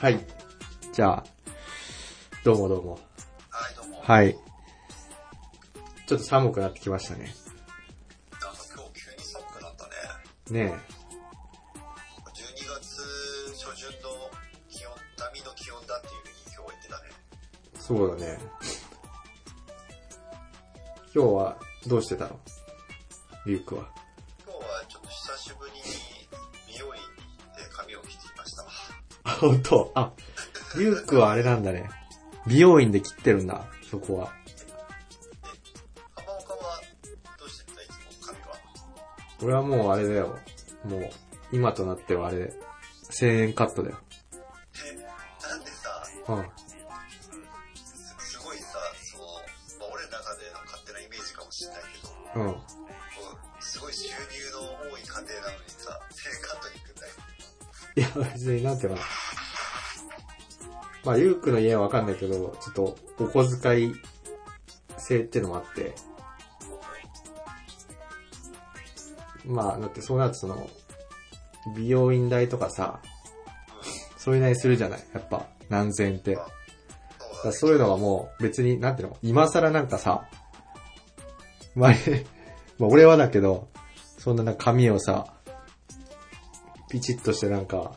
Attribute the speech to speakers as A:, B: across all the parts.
A: はい。じゃあ、どうもどうも。
B: はい、どうも。
A: はい。ちょっと寒くなってきましたね。
B: なんか今日急に寒くなったね。
A: ね
B: 12月初旬の気温、波の気温だっていうふうに今日は言ってたね。
A: え、そうだね。今日はどうしてたのリュックは。
B: 今日はちょっと久しぶりに美容院に行って髪を切ってきました。
A: あ、本当あ、リュックはあれなんだね。美容院で切ってるんだ、そこは。
B: 浜岡はどうしてたいつも髪は。
A: 俺はもうあれだよ。もう、今となってはあれ、1000円カットだよ。
B: え、なんでさ、
A: うん。
B: すすごいさ、その、まあ、俺の中での勝手なイメージかもしれないけど、
A: うん。
B: こうすごい収入の多い家庭なのにさ、生活に行くんだよ。
A: いや、別になんていうのかな。まあ、ゆうくの家はわかんないけど、ちょっと、お小遣い制ってのもあって、まあ、だってそうなるとその、美容院代とかさ、それなりにするじゃないやっぱ、何千円って。だか
B: そうだね。
A: らそういうのはもう、別に、なんていうの今更なんかさ、前、まあ 俺はだけど、そんななんか髪をさ、ピチッとしてなんか、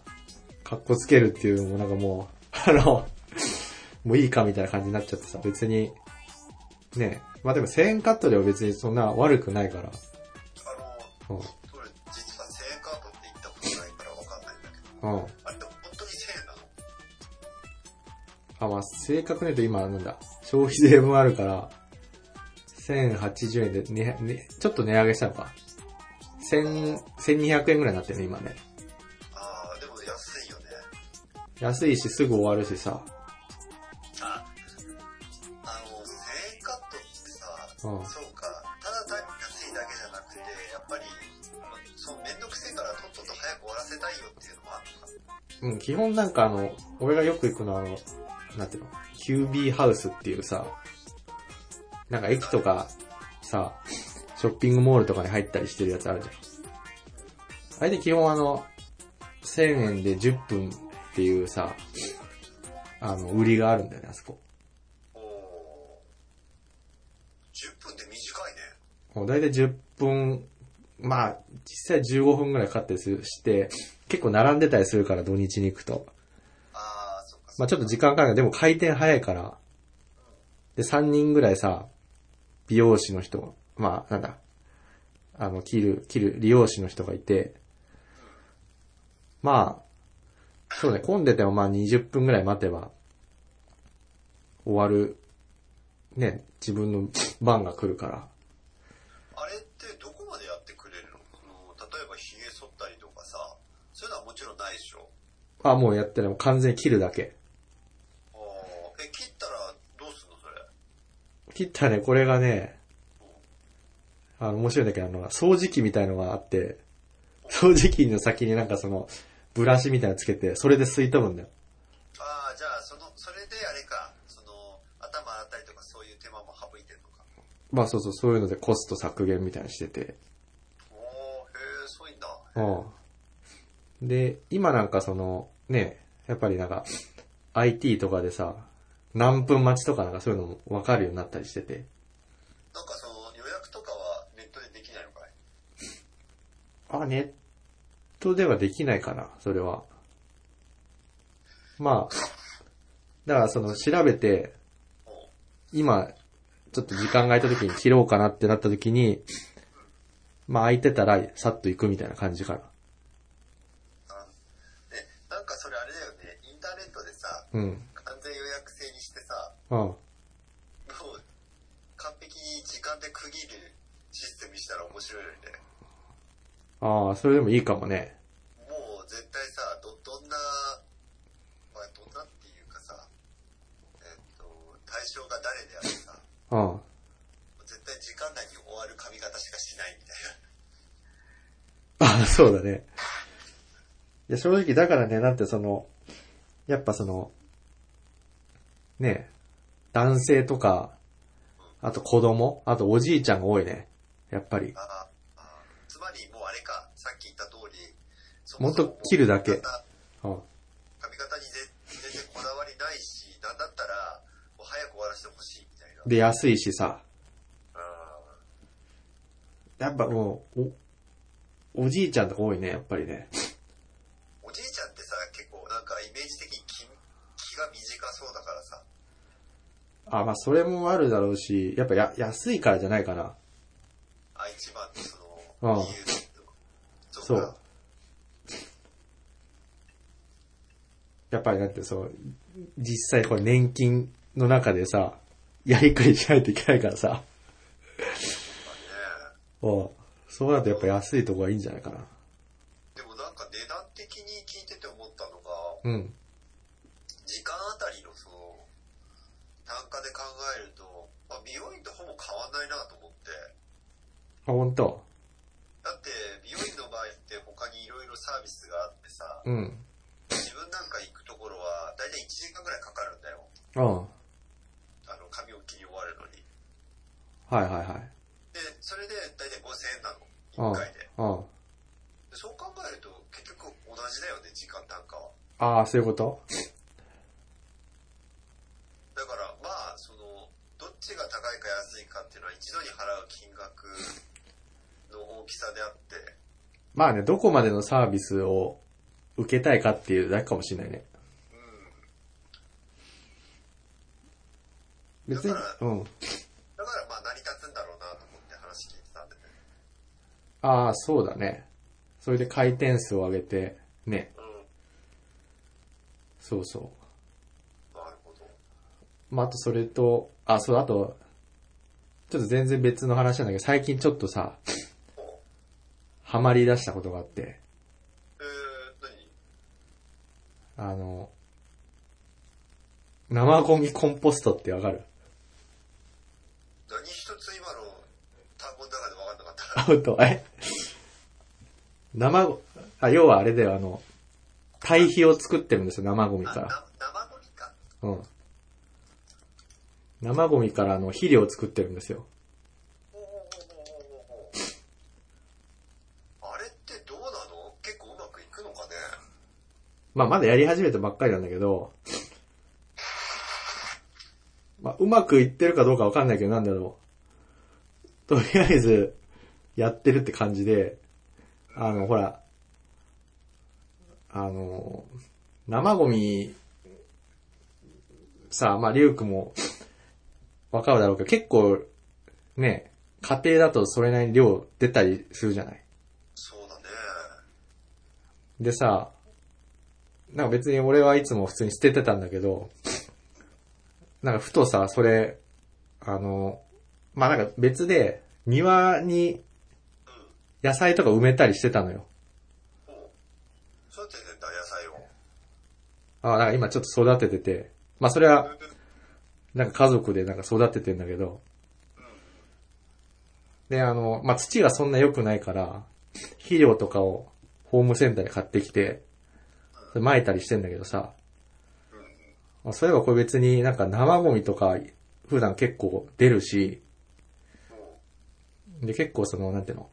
A: 格好つけるっていうのもなんかもう、あ の、もういいかみたいな感じになっちゃってさ、別に、ねえ、まあでも1000円カットでは別にそんな悪くないか
B: あ
A: ら、うん
B: の、それ実は1000円カードって言ったことないからわかんないんだけど、
A: うん。
B: あれでも本当に1000円なの
A: あ、まあ正確に言うと今なんだ、消費税分あるから、1080円で、ね、ね、ちょっと値上げしたのか。1000、1200円ぐらいになってるね、今ね。
B: ああ、でも安いよね。
A: 安いしすぐ終わるしさ、
B: あ、あの、1000円カットってさ、
A: うん。
B: そうか、ただ単に安いだけじゃなくて、やっぱり、そうめんどくせえからとっとと早く終わらせたいよっていうのもあるのか。
A: うん、基本なんかあの、俺がよく行くのはあの、なんていうの、キュービーハウスっていうさ、なんか駅とかさ、ショッピングモールとかに入ったりしてるやつあるじゃん。あれで基本あの、1000円で10分っていうさ、あの、売りがあるんだよね、あそこ。
B: おー。10分って短いね。
A: もう大体10分、まあ、実際15分ぐらいかかったりするして、結構並んでたりするから、土日に行くと。
B: あー、そっか。
A: まあちょっと時間かかるけど、でも回転早いから。で、3人ぐらいさ、美容師の人、まあなんだ、あの、切る、切る、利用師の人がいて、まあ、そうね、混んでてもまあ20分ぐらい待てば、終わる、ね、自分の番が来るから。
B: あれってどこまでやってくれるのその例えば髭剃ったりとかさ、そういうのはもちろんないでしょ。
A: あ、もうやってるもう完全に切るだけ。
B: おーえ、切ったらどうすんのそれ。
A: 切ったね、これがね、あの、面白いんだけど、あの、掃除機みたいのがあって、掃除機の先になんかその、ブラシみたいなのつけて、それで吸い取るんだよ。
B: ああ、じゃあ、その、それであれか、その、頭洗ったりとかそういう手間も省いてるのか。
A: まあそうそう、そういうのでコスト削減みたいにしてて。
B: おおへえ、そういうんだ。
A: うん。で、今なんかその、ね、やっぱりなんか、IT とかでさ、何分待ちとかなんかそういうのもわかるようになったりしてて。
B: なんかその、予約とかはネットでできないのかい
A: あ、ネットではできないかな、それは。まあ、だからその調べて、
B: おう
A: 今、ちょっと時間が空いた時に切ろうかなってなった時に、まあ空いてたら、さっと行くみたいな感じかな。
B: なんえ、なんかそれあれだよね、インターネットでさ、
A: うん。
B: 完全予約制にしてさ、
A: うん。
B: もう、完璧に時間で区切るシステムにしたら面白いよね。
A: ああ、それでもいいかもね。
B: もう絶対さ、ど、どんな、まあ、どんなっていうかさ、えっと、対象が誰であってさ、
A: うん。
B: 絶対時間内に終わる髪型しかしないみたい
A: あそうだね。 いや、正直だからね、なんてその、やっぱその、ねえ、男性とか、あと子供、あとおじいちゃんが多いね。やっぱり。
B: な。ああつまりもうあれか、さっき言った通り、そ
A: もっと切るだけ
B: 髪型
A: うん。
B: 髪型にぜ絶してほしいみたいな。
A: で、安いしさ。
B: うん。
A: やっぱもう、お、おじいちゃんとか多いね、やっぱりね。
B: おじいちゃんってさ、結構なんかイメージ的に気気が短そうだからさ。
A: あ、まあそれもあるだろうし、やっぱや、安いからじゃないかな。
B: あ、一番のそ
A: うん
B: の、理由
A: そ
B: そう
A: う。やっぱりなんてそう、実際これ年金の中でさ、やりくりしないといけないからさ。
B: ね。
A: うんそうなるとやっぱ安いとこがいいんじゃないかな。
B: でもなんか値段的に聞いてて思ったのが、
A: うん。
B: 時間あたりのその、単価で考えると、まあ、美容院とほぼ変わんないなと思って。
A: あ、ほんと
B: だって、美容院の場合って他にいろいろサービスがあってさ、
A: うん。
B: 自分なんか行くところは、だいたい1時間ぐらいかかるんだよ。
A: うん。は
B: あの、髪を切り終わるのに。
A: いはいはい。
B: で、それでだいたい5000円な
A: うん
B: の。1回で。。
A: うん。
B: でそう考えると、結局同じだよね、時間単価は。
A: ああ、そういうこと
B: だから、まあ、その、どっちが高いか安いかっていうのは一度に払う金額の大きさであって、
A: まあね、どこまでのサービスを受けたいかっていうだけかもしれないね。
B: うん。
A: 別に
B: だか、
A: うん。
B: だからまあ成り立つんだろうなと思って話聞いてたんでね。
A: ああ、そうだね。それで回転数を上げて、ね。
B: うん。
A: そうそ
B: なるほど。
A: う。まあ、あとそれと、あ、そう、あと、ちょっと全然別の話なんだけど、最近ちょっとさ、
B: お
A: ハマり出したことがあって、
B: えー、何
A: あの、生ゴミコンポストってわかる
B: 何一つ今の単語の中で分かんなかった。
A: アウト、え生ご、あ、要はあれだよ、あの、堆肥を作ってるんですよ、生ゴミから。
B: あな生ゴミか。
A: うん。生ゴミからあの肥料を作ってるんですよ。
B: ほうほうほうほうほうほうあれってどうなの結構うまくいくのかね
A: まあまだやり始めたばっかりなんだけど、まあうまくいってるかどうかわかんないけどなんだろう。とりあえず、やってるって感じで、あの、ほら、あの、生ゴミ、さあ、まあリュウクもわかるだろうけど、結構、ね、家庭だとそれなりに量出たりするじゃない。
B: そうだね。
A: でさ、なんか別に俺はいつも普通に捨ててたんだけど、なんかふとさ、それ、あの、まあ、なんか別で、庭に野菜とか埋めたりしてたのよ。
B: ほう。そうやってね、野菜を。
A: あなんか今ちょっと育ててて、まあ、それは、なんか家族でなんか育ててんだけど、で、あの、まあ、土がそんな良くないから、肥料とかをホームセンターで買ってきて、それ撒いたりしてんだけどさ、あそういえばこれ別になんか生ゴミとか普段結構出るし、
B: ほ
A: で結構その、なんていうの、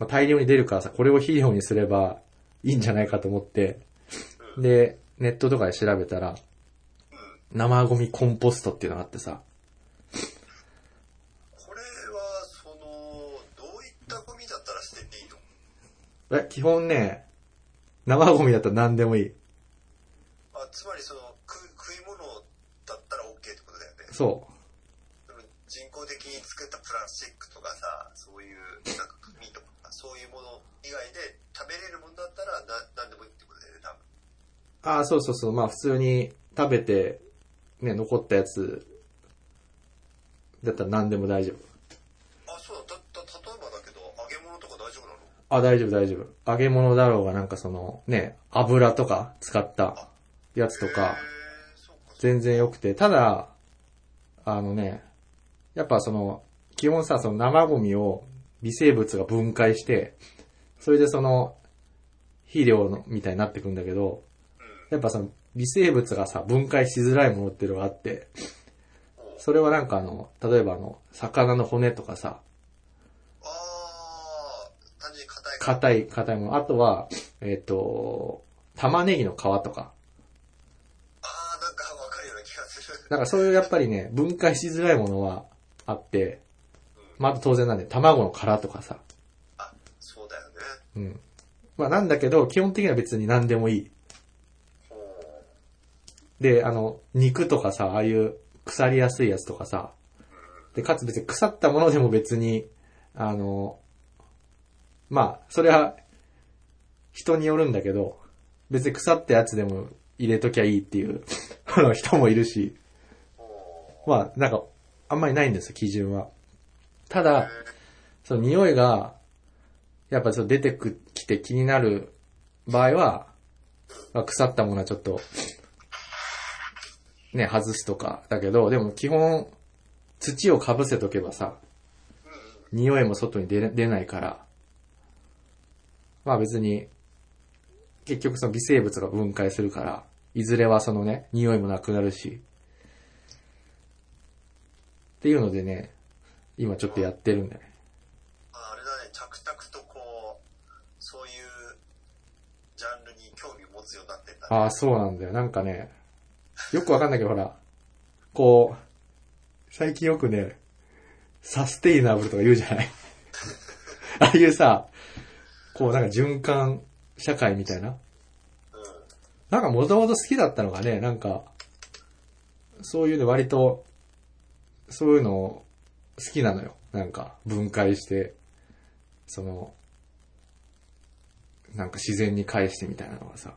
A: まあ、大量に出るからさ、これを肥料にすればいいんじゃないかと思って、
B: う。うん。
A: で、ネットとかで調べたら、
B: うん
A: 生ゴミコンポストっていうのがあってさ、
B: これは、その、どういったゴミだったら捨てていいの
A: え、基本ね、生ゴミだったら何でもいい。
B: あつまりその食い、食い物だったら OK ってことだよね。
A: そ
B: その人工的に作ったプラスチックとかさ、そういう、なんか紙とか、そういうもの以外で食べれるものだったらな、なんでもいいってことだよね、多分。
A: う。ああ、そうそうそう。まあ普通に食べて、ね、残ったやつ、だったら何でも大丈夫。
B: あ、そうだ、た、た、例えばだけど、揚げ物とか大丈夫なの
A: あ、大丈夫大丈夫。揚げ物だろうがなんかその、ね、油とか使ったやつとか、
B: へーそうか、そうか。
A: 全然良くて。ただ、あのね、やっぱその、基本さ、その生ゴミを微生物が分解して、それでその、肥料の、みたいになってくんだけど、やっぱその、微生物がさ、分解しづらいものっていうのがあって、
B: うん。
A: それはなんかあの、例えばあの、魚の骨とかさ、
B: あー、単純に硬いから。
A: 硬い、硬いもの。あとは、えっ、と、玉ねぎの皮とか。
B: あー、なんかわかるような気がする。
A: なんかそういうやっぱりね、分解しづらいものはあって、まああと当然なんで、卵の殻とかさ。
B: あ、そうだよね。
A: うん。まあなんだけど、基本的には別に何でもいい。
B: おー
A: で、あの、肉とかさ、ああいう腐りやすいやつとかさ、で、かつ別に腐ったものでも別に、あの、まあ、それは人によるんだけど、別に腐ったやつでも入れときゃいいっていう あの人もいるし、
B: お
A: まあ、なんか、あんまりないんですよ、基準は。た
B: ー
A: だ、その匂いが、やっぱそう出てく、きて気になる場合は、まあ腐ったものはちょっと、ね、外すとか、だけど、でも基本、土をかぶせとけばさ、匂いも外に出れ出ないから、まあ別に、結局その微生物が分解するから、いずれはそのね、匂いもなくなるし、っていうのでね、今ちょっとやってるんだよね。
B: まああれだね、着々とこう、そういうジャンルに興味を持つようになってんだね。
A: ああ、そうなんだよ。なんかね、よくわかんないけど、ほら、こう、最近よくね、サステイナブルとか言うじゃない ああいうさ、こうなんか循環社会みたいな。
B: うん。
A: なんかもともと好きだったのがね、なんか、そういうね、割と、そういうの好きなのよ。なんか、分解して、その、なんか自然に返してみたいなのがさ。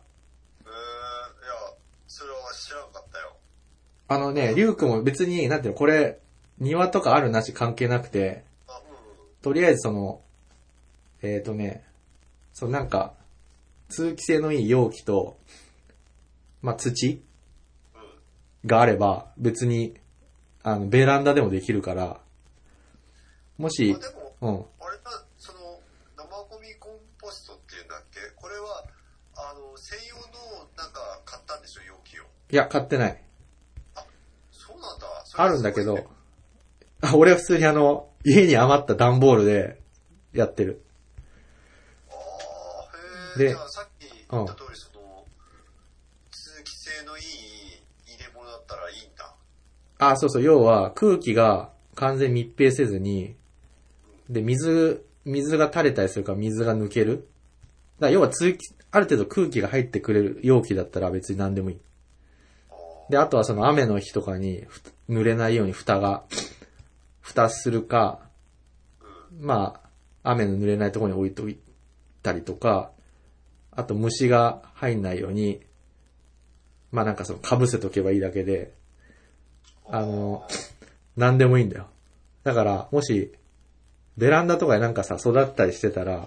B: えー、いや、それは知らなかったよ。
A: あのね、リュウ君も別に、なんていうの、これ、庭とかあるなし関係なくて、
B: あ、うんうん。
A: とりあえずその、えっ、ー、とね、そのなんか、通気性のいい容器と、まあ、土
B: うん。
A: があれば、別に、あの、ベランダでもできるから、もし
B: まあ、でも、
A: うん、
B: あれだ、その、生ゴミコンポストっていうんだっけこれは、あの、専用の、なんか、買ったんでしょ、容器を。
A: いや、買ってない。
B: そうなんだ。それ
A: あ
B: は
A: るん
B: すご
A: だ
B: い
A: け
B: ね
A: ど、あ 俺は普通にあの、家に余った段ボールで、やってる。
B: ああ、へ
A: で
B: え。じゃあさっき言った通り、その、通気性のいい入れ物だったらいいんだ。
A: あ、そうそう、要は空気が完全密閉せずに、で、水、水が垂れたりするから水が抜ける。だから要は通気、ある程度空気が入ってくれる容器だったら別に何でもいい。
B: あ
A: で、あとはその雨の日とかにふ濡れないように蓋が、蓋するか、まあ、雨の濡れないところに置いといたりとか、あと虫が入んないように、まあなんかその被せとけばいいだけで、
B: ー
A: あの、 何でもいいんだよ。だから、もし、ベランダとかでなんかさ、育ったりしてたら、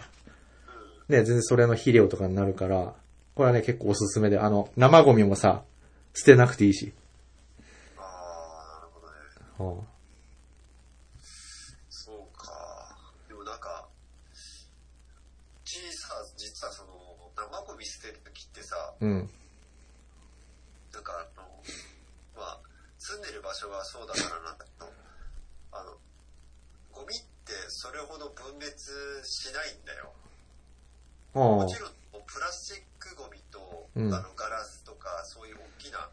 A: ね、全然それの肥料とかになるから、これはね、結構おすすめで、あの、生ゴミもさ、捨てなくていいし。
B: ああ、なるほどね。
A: うん
B: そうか。でもなんか、うちさ、実はその、生ゴミ捨てるときってさ、
A: うん。
B: なんかあの、まあ、住んでる場所がそうだからなんだけど、あの、ゴミってそれほど分別しないんだよ。
A: あ
B: も
A: あ
B: ちろん、プラスチックゴミと、
A: うん
B: あの、ガラスとか、そういう大きな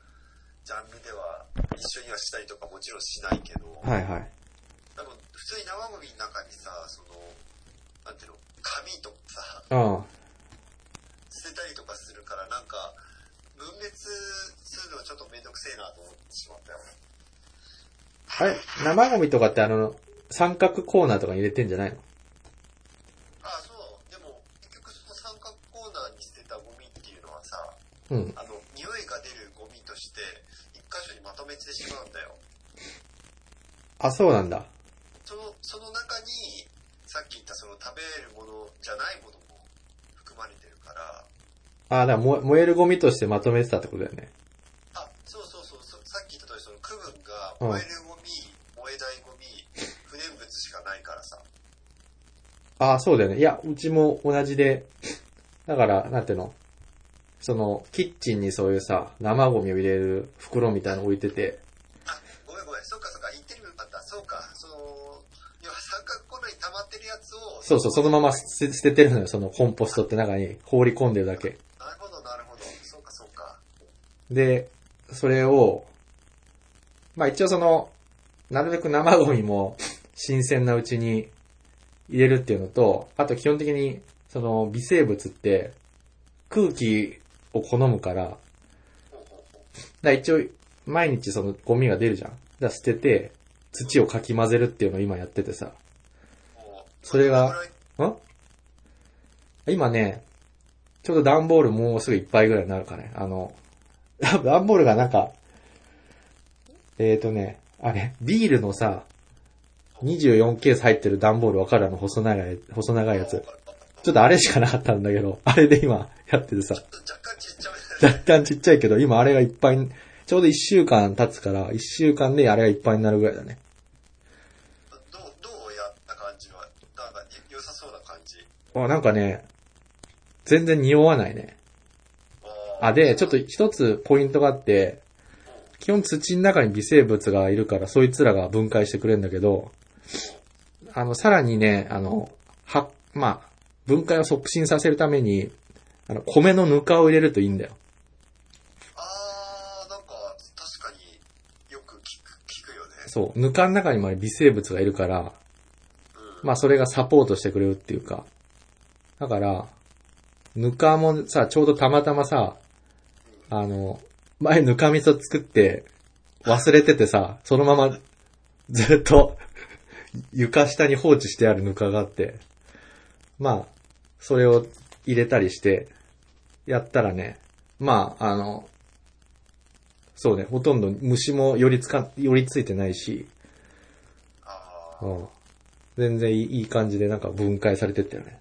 B: ジャンルでは、一緒にはしたりとかもちろんしないけど、
A: はいはい。
B: でも、普通に生ゴミの中にさ、その、なんていうの、紙とかさ、
A: あ
B: 捨てたりとかするから、なんか、分別するのはちょっとめんどくせえなと思ってしまったよ。
A: あれ、生ゴミとかってあの、三角コーナーとかに入れてんじゃないの
B: あ、そう、でも、結局その三角コーナーに捨てたゴミっていうのはさ、
A: うん。
B: あの、匂いが出るゴミとして、一箇所にまとめてしまうんだよ。
A: あ、そうなんだ。
B: その、その中に、さっき言ったその食べるものじゃないものも含まれてるから、
A: ああ、だから燃燃えるゴミとしてまとめてたってことだよね。
B: あ、そうそうそう、そさっき言った通り、その区分が
A: うん
B: 燃えるゴミ、燃えないゴミ、不燃物しかないからさ。
A: ああ、そうだよね。いや、うちも同じで、だから、なんていうのその、キッチンにそういうさ、生ゴミを入れる袋みたいなの置いてて、
B: あ、ごめんごめん、そうかそうか、言ってみよかった。そうか、その、要は三角コーナーに溜まってるやつを、
A: そうそう、そのまま捨て捨ててるのよ、そのコンポストって中に放り込んでるだけ。
B: なるほど、なるほど。そうか、そうか。
A: で、それを、まあ一応その、なるべく生ゴミも新鮮なうちに入れるっていうのと、あと基本的にその微生物って空気を好むから、だか
B: ほうほうほう。
A: ら一応毎日そのゴミが出るじゃん。だから捨てて土をかき混ぜるっていうのを今やっててさ。
B: もう
A: それが
B: どのぐらい
A: ん今ね、ちょうど段ボールもうすぐいっぱいぐらいになるかね。あの、 段ボールがなんか、えーとね、あれ、ビールのさ、24ケース入ってる段ボールわかるあの細長い、細長いやつ。ちょっとあれしかなかったんだけど、あれで今やっててさ、
B: 若干ちっちゃめだね。
A: 若干ちっちゃいけど、今あれがいっぱいに、ちょうど1週間経つから、1週間であれがいっぱいになるぐらいだね。
B: どう、どうやった感じは、なんか良さそうな感じ。
A: あ、なんかね、全然匂わないね。
B: あー
A: あ、で、ちょっと一つポイントがあって、基本土の中に微生物がいるから、そいつらが分解してくれるんだけど、あの、さらにね、あの、は、まあ、分解を促進させるために、あの、米のぬかを入れるといいんだよ。
B: あー、なんか、確かによく聞く、聞くよね。
A: そう。ぬかの中にも微生物がいるから、
B: うん。
A: まあ、それがサポートしてくれるっていうか。だから、ぬかもさ、ちょうどたまたまさ、あの、前ぬか味噌作って、忘れててさ、そのまま、ずっと、床下に放置してあるぬかがあって、まあ、それを入れたりして、やったらね、まあ、あの、そうね、ほとんど虫も寄りつか、寄りついてないし、
B: あー
A: うん。全然いいいい感じでなんか分解されてったよね。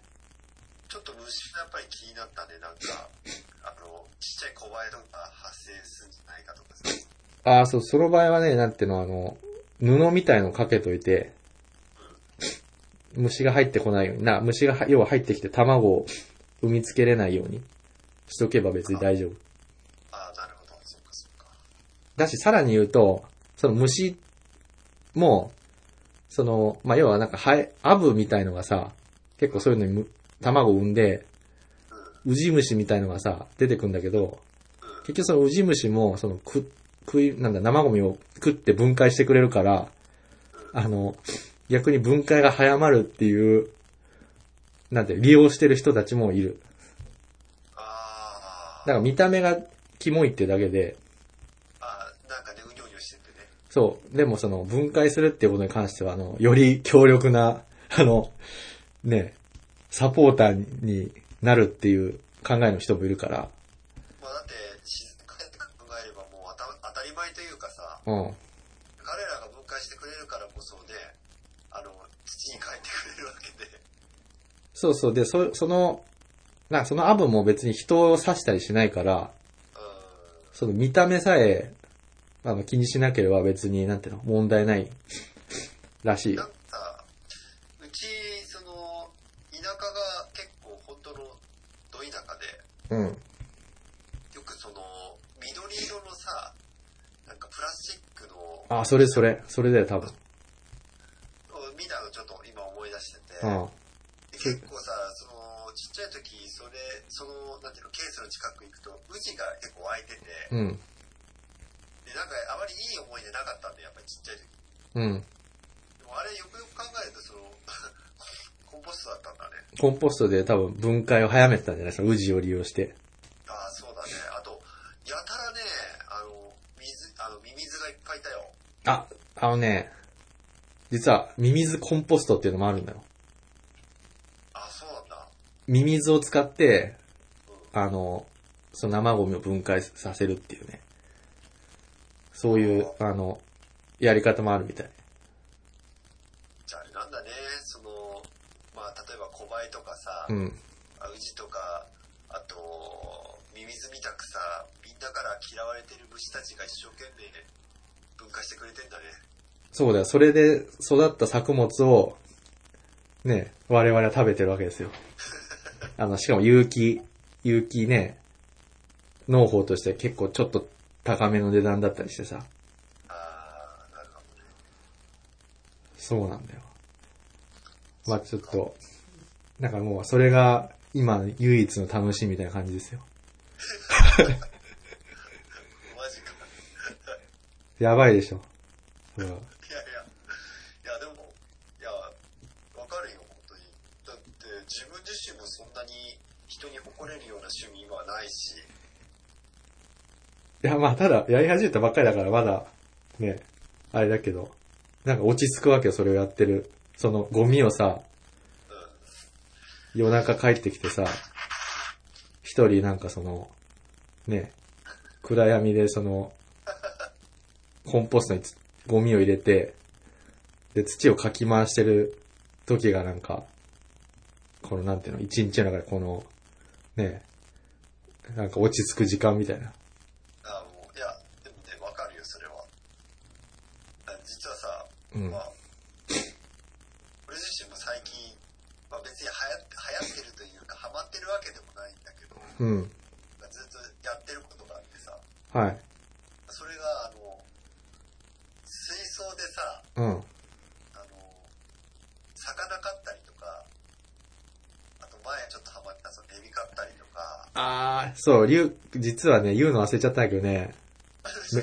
B: ちょっと虫がやっぱり気になったね、なんか、あの、ちっちゃい小バエとか発生するんじゃないかとかさ。
A: ああ、そう、その場合はね、なんていうの、あの、布みたいのかけといて、虫が入ってこないように、な、虫がは、要は入ってきて卵を産みつけれないようにしとけば別に大丈夫。
B: あー、なるほど。そっかそっか。
A: だし、さらに言うと、その虫も、その、まあ、要はなんか、ハエ、アブみたいのがさ、結構そういうのにむ卵を産んで、ウジ虫みたいのがさ、出てくんだけど、結局そのウジ虫も、その、く、食い、なんだ、生ゴミを食って分解してくれるから、あの、逆に分解が早まるっていう、なんて、利用してる人たちもいる。
B: あ
A: だから見た目がキモいってだけで、
B: ー、あー、なんかね、うにょうにょしててね。
A: そう。でもその分解するっていうことに関しては、あの、より強力な、 あの、ね、サポーターになるっていう考えの人もいるから、
B: まあだって、自然界って考えればもうあた当たり前というかさ、
A: うん。
B: 彼らが分解してくれるからこそね、あの、土に帰ってくれるわけで。
A: そうそう。で、そ、その、な、そのアブも別に人を刺したりしないから、
B: う
A: その見た目さえ、あの、気にしなければ別に、なんていうの、問題ない、らしい
B: ん。な。んか、うち、その、田舎が結構本当のど田舎で、
A: うん。
B: よくその、緑色のさ、なんかプラスチックの、
A: あ、それそれ、それだよ、多分。
B: 見たのちょっと今思い出してて、
A: うん。
B: で結構さ、その、ちっちゃい時、それ、その、なんていうの、ケースの近く行くと、宇治が結構湧いてて、
A: うん。
B: で、なんかあまりいい思い出なかったんで、やっぱりちっちゃい時。
A: うん。
B: でもあれよくよく考えると、その、 コンポストだったんだね。
A: コンポストで多分分解を早めてたんじゃないそのウジを利用して。
B: ああ、そうだね。あと、やたらね、あの、水、あの、ミミズがいっぱいいたよ。
A: あ、あのね、実はミミズコンポストっていうのもあるんだよ。
B: ああ、そうなんだ。
A: ミミズを使って、あの、その生ゴミを分解させるっていうね。そういう、あの、やり方もあるみたい。
B: じゃああれなんだね、その、まあ、例えば小バエとかさ、
A: うん。
B: あウジとか、あと、ミミズみたくさ、みんなから嫌われてる虫たちが一生懸命分解してくれてんだね。
A: そうだよ。それで育った作物を、ね、我々は食べてるわけですよ。 あの、しかも有機、有機ね、農法として結構ちょっと高めの値段だったりしてさ。
B: ああ、なるほどね。
A: そうなんだよ。まあちょっと、なんかもうそれが今の唯一の楽しみみたいな感じですよ。
B: マジか。
A: やばいでしょ。うん。
B: いやいや、いやでも、いや、わかるよ、本当に。だって、自分自身もそんなに人に誇れるような趣味はないし、
A: いや、まあ、ただ、やり始めたばっかりだから、まだ、ね、あれだけど、なんか落ち着くわけよ、それをやってる。その、ゴミをさ、
B: うん、うん、
A: 夜中帰ってきてさ、一人なんかその、ね、暗闇でその、コンポストにつゴミを入れて、で、土をかき回してる時がなんか、このなんていうの、一日の中でこの、ね、なんか落ち着く時間みたいな。
B: あもう、いや、でもね、わかるよ、それは。あ実はさ、
A: うん
B: ま。あ、俺自身も最近、まあ別に流行って流行ってるというか、ハマってるわけでもないんだけど、
A: うん。
B: まあずっとやってることがあってさ、
A: はい。
B: それが、あの、水槽でさ、
A: うん。
B: あの、魚買ったりとか、あと前ちょっとハマったそのエビ買ったりとか、
A: あー、そう、りゅう、実はね、言うの忘れちゃったんだけどね、
B: あ、そ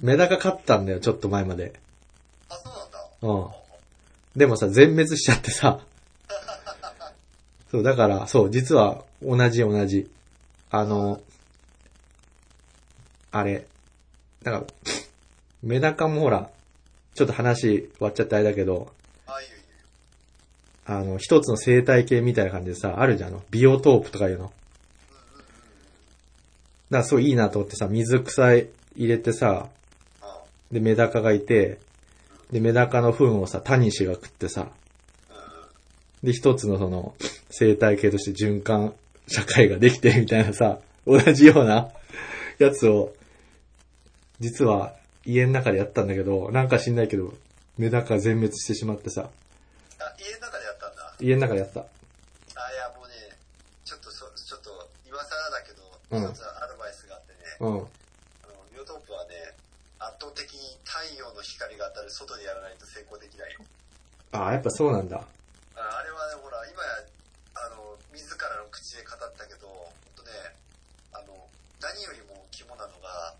A: メダカ飼ったんだよ、ちょっと前まで。
B: うなんだ。
A: うん。でもさ、全滅しちゃってさ。そう、だから、そう、実は、同じ同じ。あの、あれ、なんか、メダカもほら、ちょっと話割っちゃってあれだけど、
B: ああいう、
A: あの、一つの生態系みたいな感じでさ、あるじゃん、あの、ビオトープとかいうの。だから、そういいなと思ってさ、水草入れてさ、
B: あ
A: で、メダカがいて、で、メダカの糞をさ、タニシが食ってさ、で、一つのその、生態系として循環社会ができて、みたいなさ、同じようなやつを、実は家の中でやったんだけど、なんか知んないけど、メダカ全滅してしまってさ、
B: あ、家の中でやったんだ。
A: 家の中でやった。
B: あ、いや、もうね、ちょっとそ、ちょっと、今更だけど、
A: うん
B: 一つアドバイスがあってね、
A: うん。
B: あの、ビオトープはね、圧倒的に太陽の光が当たる外でやらないと成功できないよ。
A: ああ、やっぱそうなんだ。
B: ああれはね、ほら、今や、あの、自らの口で語ったけど、ほんとね、あの、何よりも肝なのが、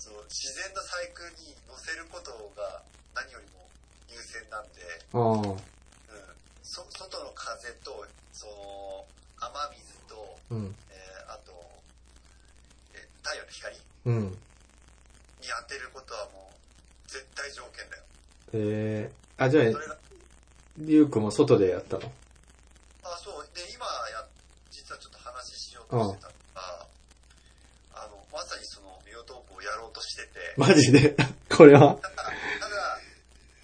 B: その自然の細工に乗せることが何よりも優先なんで、
A: ああ、
B: うん、そ外の風と、その、雨水と、
A: うん。
B: えーあと、え太陽の光に
A: うん。
B: 当てることはもう、絶対条件だよ。
A: えー、あ、じゃあ、
B: それが
A: りゅうくんも外でやったの
B: あ、そう。で、今や、実はちょっと話ししようとしてたのが、あの、まさにその、ビオトープをやろうとしてて、
A: マジでこれは
B: ただ、ただ、あ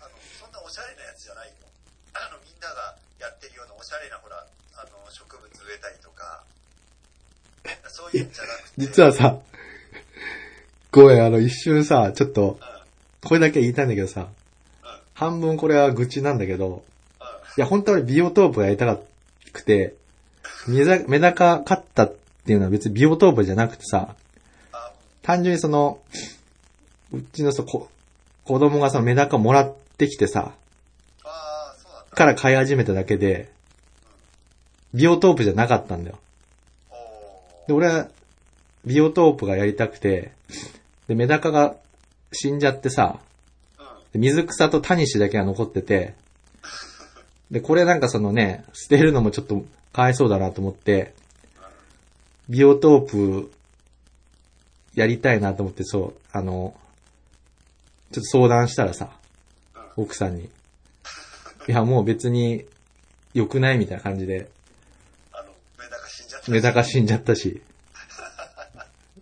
B: の、そんなおしゃれなやつじゃないよ。あの、みんながやってるようなおしゃれな、ほら、あの、植物植えたりとか、そういうんじゃなくて、
A: 実はさ、ごめん、あの、一瞬さ、ちょっと、
B: うん、うん、
A: これだけ言いたいんだけどさ、
B: うん、
A: 半分これは愚痴なんだけど、
B: うん、
A: いや、本当は俺ビオトープがやりたくて、メダメダカ飼ったっていうのは別にビオトープじゃなくてさ、
B: あ、
A: 単純にその、うちのそこ、子供がそのメダカもらってきてさ、
B: あーそうなんだ。
A: から飼い始めただけで、ビオトープじゃなかったんだよ。
B: お
A: で、俺は、ビオトープがやりたくて、で、メダカが死んじゃってさ、
B: ーうん、
A: で水草とタニシだけが残ってて、で、これなんかそのね、捨てるのもちょっとかわいそうだなと思って、ビオトープやりたいなと思って、そう、あの、ちょっと相談したらさ、奥さんに。いや、もう別に良くないみたいな感じで、
B: あの、メダカ死んじゃった。
A: メダカ死んじゃったし。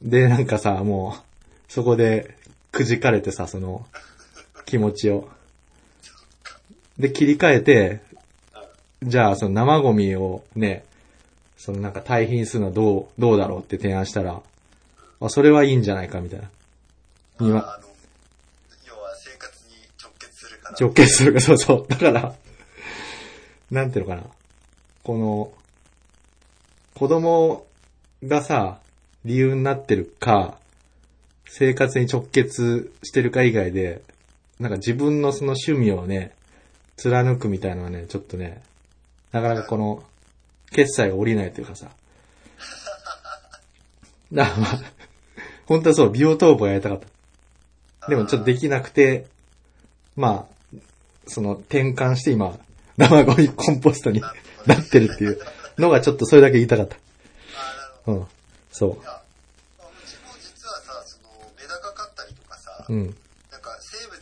A: で、なんかさ、もう、そこでくじかれてさ、その、気持ちを。で、切り替えて、じゃあ、その生ゴミをね、そのなんか退品するのはどう、どうだろうって提案したら、あ、それはいいんじゃないか、みたいな。には
B: あの、要は生活に直結するから。
A: 直結するか、そうそう。だから、なんていうのかな。この、子供がさ、理由になってるか、生活に直結してるか以外で、なんか自分のその趣味をね、貫くみたいなのはね、ちょっとね、なかなかこの、決済が降りないというかさ。だからまあ、本当はそう、ビオトープをやりたかった。でもちょっとできなくて、まあ、その転換して今、 生ゴミコンポストになってるっていうのがちょっとそれだけ言いたかった。
B: あなるほど
A: うん。そ
B: いやうちも実はさそのメダカ飼ったりとかさ、
A: う。うん。
B: なんか生物が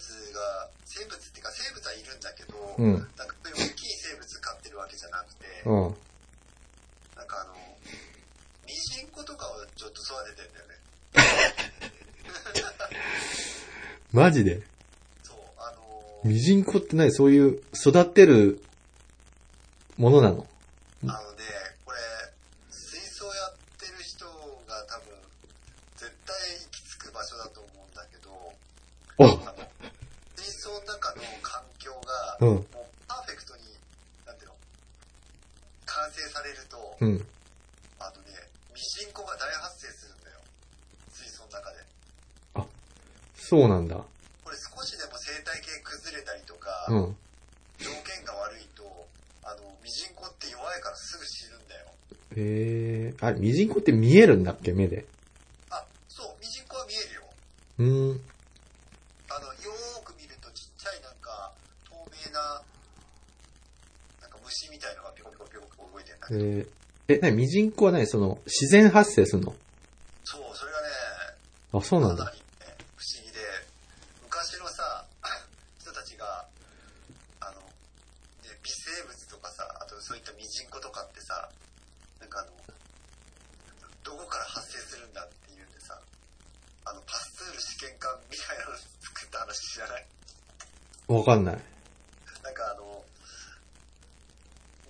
B: 生物っていうか生物はいるんだけど、
A: うん
B: なんかそういう大きい生物飼ってるわけじゃなくて、
A: うん。
B: なんかあのミジンコとかをちょっと育ててんだよね
A: マジで
B: そうあの
A: ミジンコって何そういう育てるものなの
B: あのねこれ水槽やってる人が多分絶対行き着く場所だと思うんだけど
A: お
B: あの水槽の中の環境が、
A: うん
B: もうパーフェクトになんていうの完成されると、
A: うん。
B: あのね、ミジンコが大発生するんだよ。水槽の中で。
A: そうなんだ。
B: これ少しでも生態系崩れたりとか、
A: うん。
B: 条件が悪いと、あの、ミジンコって弱いからすぐ死ぬんだよ。
A: えー、あれ、ミジンコって見えるんだっけ目で。
B: あ、そう、ミジンコは見えるよ。
A: うーん。
B: あの、よーく見るとちっちゃいなんか、透明な、なんか虫みたいのがピコピコピコピコ動いてるんだけ
A: え
B: ど、
A: ー、え、なにミジンコは何その、自然発生するの
B: そう、それがね、
A: あ、そうなん
B: かな
A: だ。
B: りね不思議で、昔のさ、 人たちが、あの、ね、微生物とかさ、あとそういったミジンコとかってさ、なんかあの、どこから発生するんだっていうんでさ、あの、パスツール試験管みたいなの作った話知らない
A: わかんない。
B: なんかあの、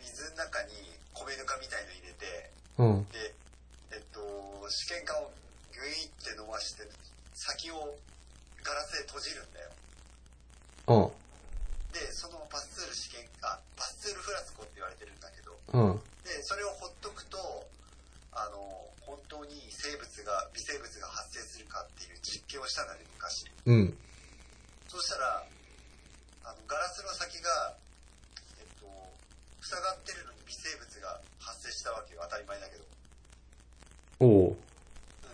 B: 水の中に米ぬかみたいの入れて、
A: うん。
B: で、えっと、試験管をグイって伸ばして、先をガラスで閉じるんだよ。
A: うん。
B: で、そのパスツール試験、あ、パスツールフラスコって言われてるんだけど、
A: うん。
B: で、それをほっとくと、あの、本当に生物が、微生物が発生するかっていう実験をしたんだね、昔。
A: うん。
B: そうしたら、あの、ガラスの先が、えっと、塞がってるのに微生物が発生したわけよ、当たり前だけど。
A: おう。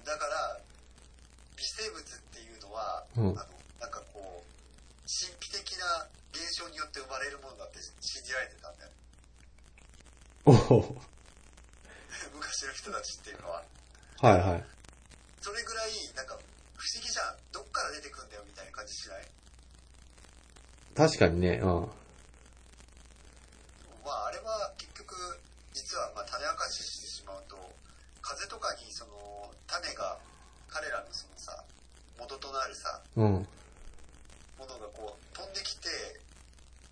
B: だから、微生物っていうのは、
A: うん
B: あの、なんかこう、神秘的な現象によって生まれるものだって信じられてたんだよ。
A: おう。
B: 昔の人たちっていうのは。
A: はいはい。
B: それぐらい、なんか、不思議じゃん。どっから出てくんだよみたいな感じしない
A: 確かにね、うん。
B: まあ、あれは結局、実は、まあ、種明かししてしまうと、風とかに、その、種が、彼らのそのさ、元となるさ、
A: うん。
B: ものがこう飛んできて、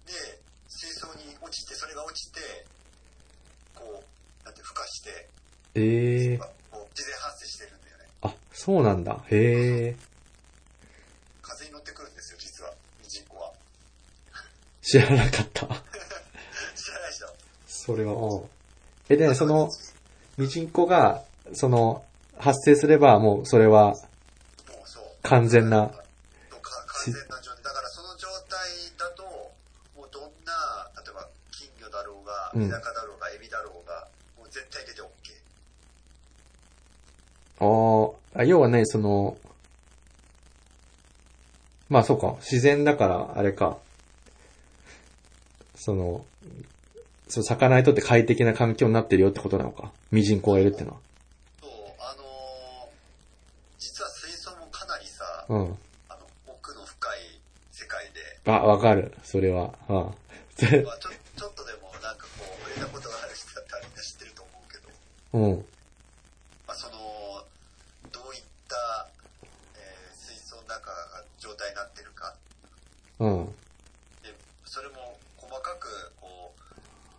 B: で、水槽に落ちて、それが落ちて、こう、なんて、孵化して、
A: ええ
B: こう、自然発生してるんだよね。
A: あ、そうなんだ。へえ。
B: 風に乗ってくるんですよ、実は、ミジンコは。
A: 知らなかっ
B: 知
A: た。
B: らない人。
A: それは、うん。え、で、その、ミジンコが、その、発生すれば、もう、それは、
B: もうそう。
A: 完全な
B: そうか完全な状態。だからその状態だと、もうどんな、例えば、金魚だろうが、
A: うん
B: メダカだろうが、エビだろうが、もう絶対出て OK。
A: あーあ、要はね、その、まあそうか、自然だから、あれか。その、そう、魚にとって快適な環境になってるよってことなのか。ミジンコがいるってのは。
B: そう、あのー実は水槽もかなりさ、
A: うん。
B: あの、奥の深い世界で、
A: あ、わかる。それは。うん。
B: まあ、ちょちょっとでもなんかこう、触れたことがある人だったらみんな知ってると思うけど、
A: うん。
B: まあ、その、どういった、えー水槽の中が状態になってるか、
A: うん。
B: で、それも細かく、こう、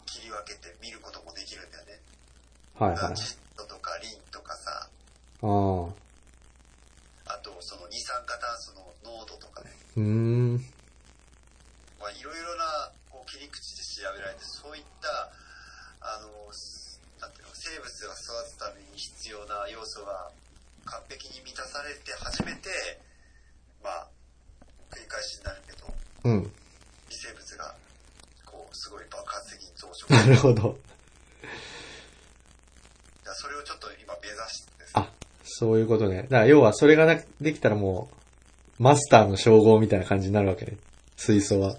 B: 切り分けて見ることもできるんだよね。
A: はい
B: ラ
A: はい
B: ン。チットとかリンとかさ、
A: ああ。
B: あとその二酸化炭素の濃度とかね、
A: うーん。
B: まあ、いろいろなこう切り口で調べられて、そういった、あの、すなんていうの、生物が育つために必要な要素が完璧に満たされて初めて、まあ、繰り返しになるけど、
A: うん。
B: 微生物が、こう、すごい爆発的に増 殖
A: な
B: す
A: る
B: る。
A: ほど。
B: だからそれをちょっと今目指してですね
A: あ、そういうことね。だから要はそれがなできたらもう、マスターの称号みたいな感じになるわけね。水素は。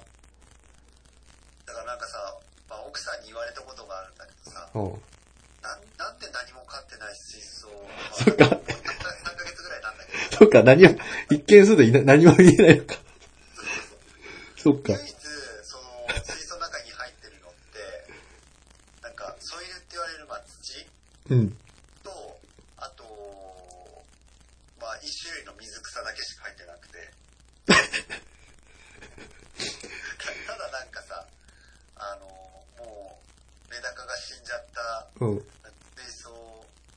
B: だからなんかさ、まあ、奥さんに言われたことがあるんだけどさ、
A: うん。
B: なんなんで何も飼ってない水槽を、まあ、
A: そっか
B: 3ヶ月ぐらいなんだけど、
A: そっか、何も、一見するといな何も見えないのか。 そっか
B: 唯。一、その、水槽の中に入ってるのって、なんか、ソイルって言われる、まあ、土
A: うん。
B: と、あと、まあ、一種類の水草だけしか入ってなくて。ただなんかさ、あの、もう、メダカが死んじゃった
A: うん。
B: 水槽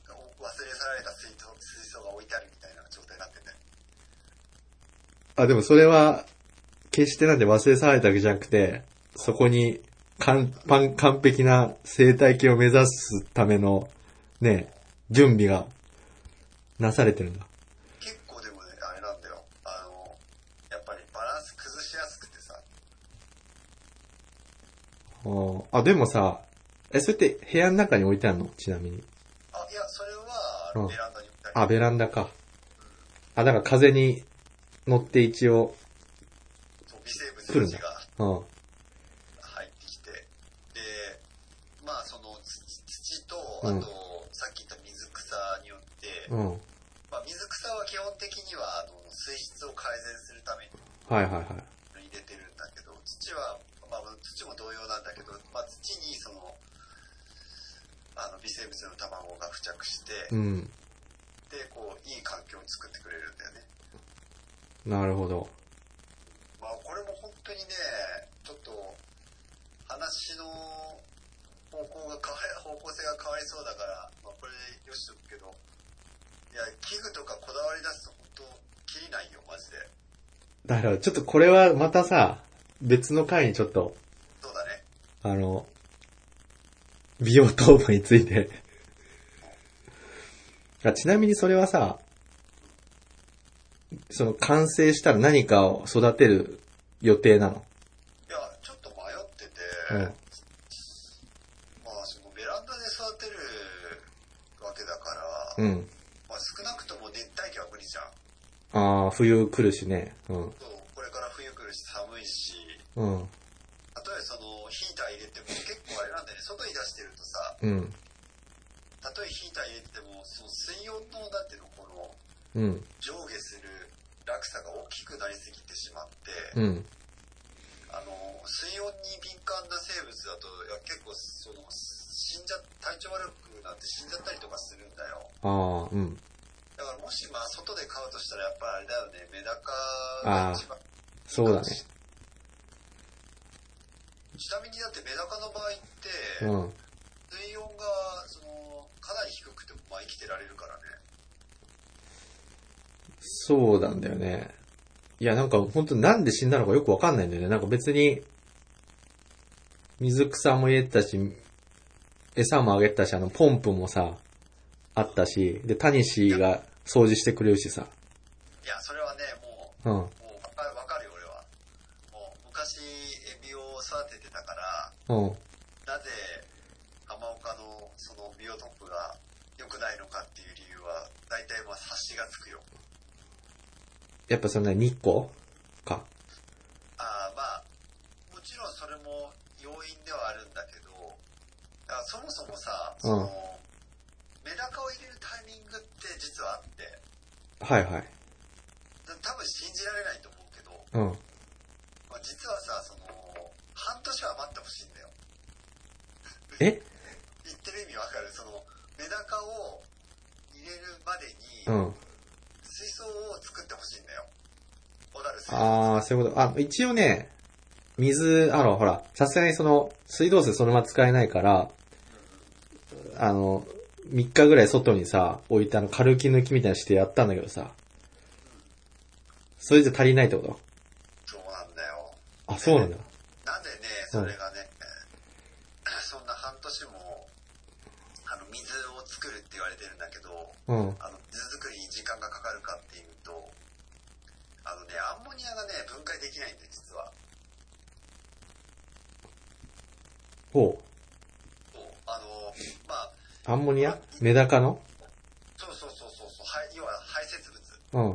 B: がお忘れ去られた水槽水槽が置いてあるみたいな状態になってて。
A: あ、でもそれは、決してなんで忘れ去られたわけじゃなくて、そこに完、完完璧な生態系を目指すための、ね、準備がなされてるんだ。
B: 結構でもね、あれなんだよ。あの、やっぱりバランス崩しやすくてさ、
A: おーあ、でもさ、え、それって部屋の中に置いてあるのちなみに。
B: あ、いや、それは
A: うん
B: ベランダに置いてあ
A: あ、
B: る。
A: ベランダか。あ、だから風に乗って一応、
B: そう微生物たちが
A: うん。うん。
B: 入ってきて、で、まあその土土と、
A: う
B: あ
A: ん
B: と、さっき言った水草によって、
A: はい
B: まあ、水草は基本的にはあの水質を改善するために
A: はいはい。
B: 入れてるんだけど、土は、まあ土も同様なんだけど、まあ土にその、あの微生物の卵が付着して、
A: うん。
B: で、こう、いい環境を作ってくれるんだよね。
A: なるほど。
B: まあ、これも本当にね、ちょっと、話の方向が変わり、方向性が変わりそうだから、まあ、これでよしとくけど、いや、器具とかこだわり出すと本当、きりないよ、マジで。
A: だからちょっとこれはまたさ、別の回にちょっと、
B: そうだね。
A: あの、美容頭部についてあ。ちなみにそれはさ、その完成したら何かを育てる予定なの。
B: いや、ちょっと迷ってて、
A: うん。
B: まあ、そのベランダで育てるわけだから、
A: うん。
B: まあ、少なくとも熱帯魚は無理じゃん。
A: ああ、冬来るしね。うん。
B: そう、これから冬来るし、寒いし、
A: う
B: 例
A: ん。
B: えばそのヒーター入れても結構あれなんだよね外に出してるとさ
A: うん。
B: たとえヒーター入れててもその水温のなんていうのこの
A: うん。
B: 上下する落差が大きくなりすぎてしまって、
A: うん。
B: あの水温に敏感な生物だといや結構その死んじゃ体調悪くなって死んじゃったりとかするんだよ
A: ああ、うん。
B: だからもしまあ外で飼うとしたらやっぱりあれだよねメダカが一番
A: そうだね。
B: ちなみにだってメダカの場合って、
A: うん。
B: 水温がそのかなり低くてもまあ生きてられるからね
A: そうなんだよね。いや、なんか本当なんで死んだのかよくわかんないんだよね。なんか別に、水草も入れてたし、餌もあげてたし、あの、ポンプもさ、あったし、で、タニシが掃除してくれるしさ。
B: いやそれはねもう
A: うん、
B: もうわかるわかるよ俺はもう昔エビを育ててたから
A: うん、
B: なぜ浜岡のそのビオトップが良くないのかっていう理由は大体まあ察しがつくよ
A: やっぱそんな日光か。
B: ああまあもちろんそれも要因ではあるんだけどだからそもそもさその、
A: うん
B: メダカを入れるタイミングって実はあって
A: はいはい。
B: 多分信じられないと思うけど
A: うん。
B: まあ、実はさその半年は待ってほしいんだよ
A: え
B: 言ってる意味わかるそのメダカを入れるまでに
A: うん。
B: 水槽を作ってほしいんだよわかる水槽
A: あー、そういうこと。あ、一応ね、水、あの、ほら、さすがにその、水道水そのまま使えないから、あの、3日ぐらい外にさ、置いてあの、軽気抜きみたいにしてやったんだけどさ、それじゃ足りないってこと
B: そうなんだよ
A: あ、そうなんだ。
B: なんでねそれがね、 そんな半年もあの水を作るって言われてるんだけど
A: うん。
B: あの水作りに時間がかかるかっていうとあのねアンモニアがね分解できないんだよ実は
A: ほ
B: そうあのまあ
A: う。アンモニアメダカの
B: そうそうそうそうそう、はい、要は排泄物、
A: うん。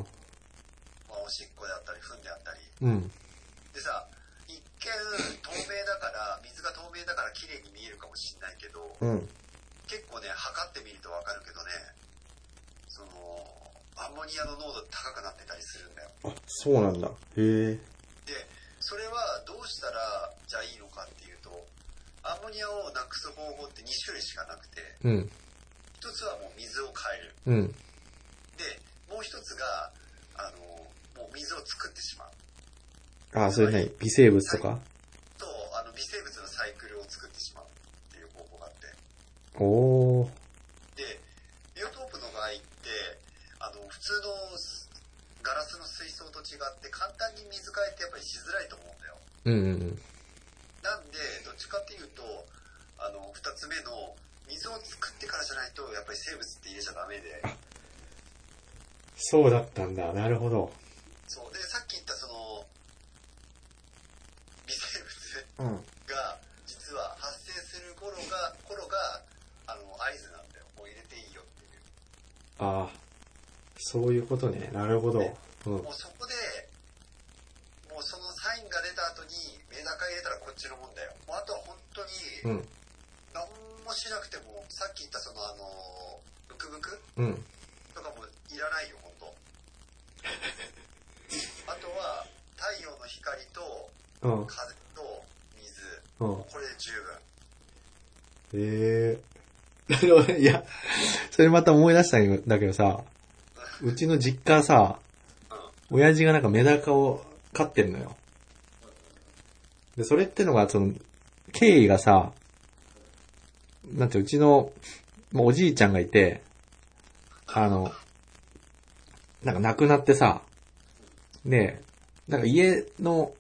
B: まあ、おしっこであったり、糞であったり。
A: うん。
B: でさ、見透明だから、水が透明だから綺麗に見えるかもしんないけど、
A: うん。
B: 結構ね、測ってみるとわかるけどね、その、アンモニアの濃度高くなってたりするんだよ。
A: あ、そうなんだ。へえ。
B: で、それはどうしたら、じゃあいいのかっていうと、アンモニアをなくす方法って2種類しかなくて、
A: うん。
B: 一つはもう水を変える。
A: うん。
B: で、もう一つが、あの、もう水を作ってしまう。
A: あ、それ何微生物とか
B: と、あの、微生物のサイクルを作ってしまうっていう方法があって。
A: おー。
B: で、ビオトープの場合って、あの、普通のすガラスの水槽と違って簡単に水替えってやっぱりしづらいと思うんだよ。
A: うんうん
B: なんで、どっちかっていうと、あの、二つ目の、水を作ってからじゃないと、やっぱり生物って入れちゃダメで、
A: そうだったんだ。なるほど。
B: そう。で、さっき言ったその、微生物
A: うん。
B: が実は発生する頃が頃があの合図なんだよもう入れていいよっていう
A: ああ、そういうことね。なるほど。うん。
B: もうそこでもうそのサインが出た後にメダカ入れたらこっちのもんだよもうあとは本当
A: う
B: に
A: ん。
B: 何もしなくてもさっき言ったそのあのブクブク
A: うん。
B: とかもいらないよ本 当あとは太陽の光と
A: うん。
B: 風と水
A: うん。
B: これで十分
A: ええなるほど。いや、それまた思い出したんだけどさ、うちの実家さ、親父がなんかメダカを飼ってんのよ。で、それってのが、その、経緯がさ、なんていう、うちの、まあおじいちゃんがいて、あの、なんか亡くなってさ、で、なんか家の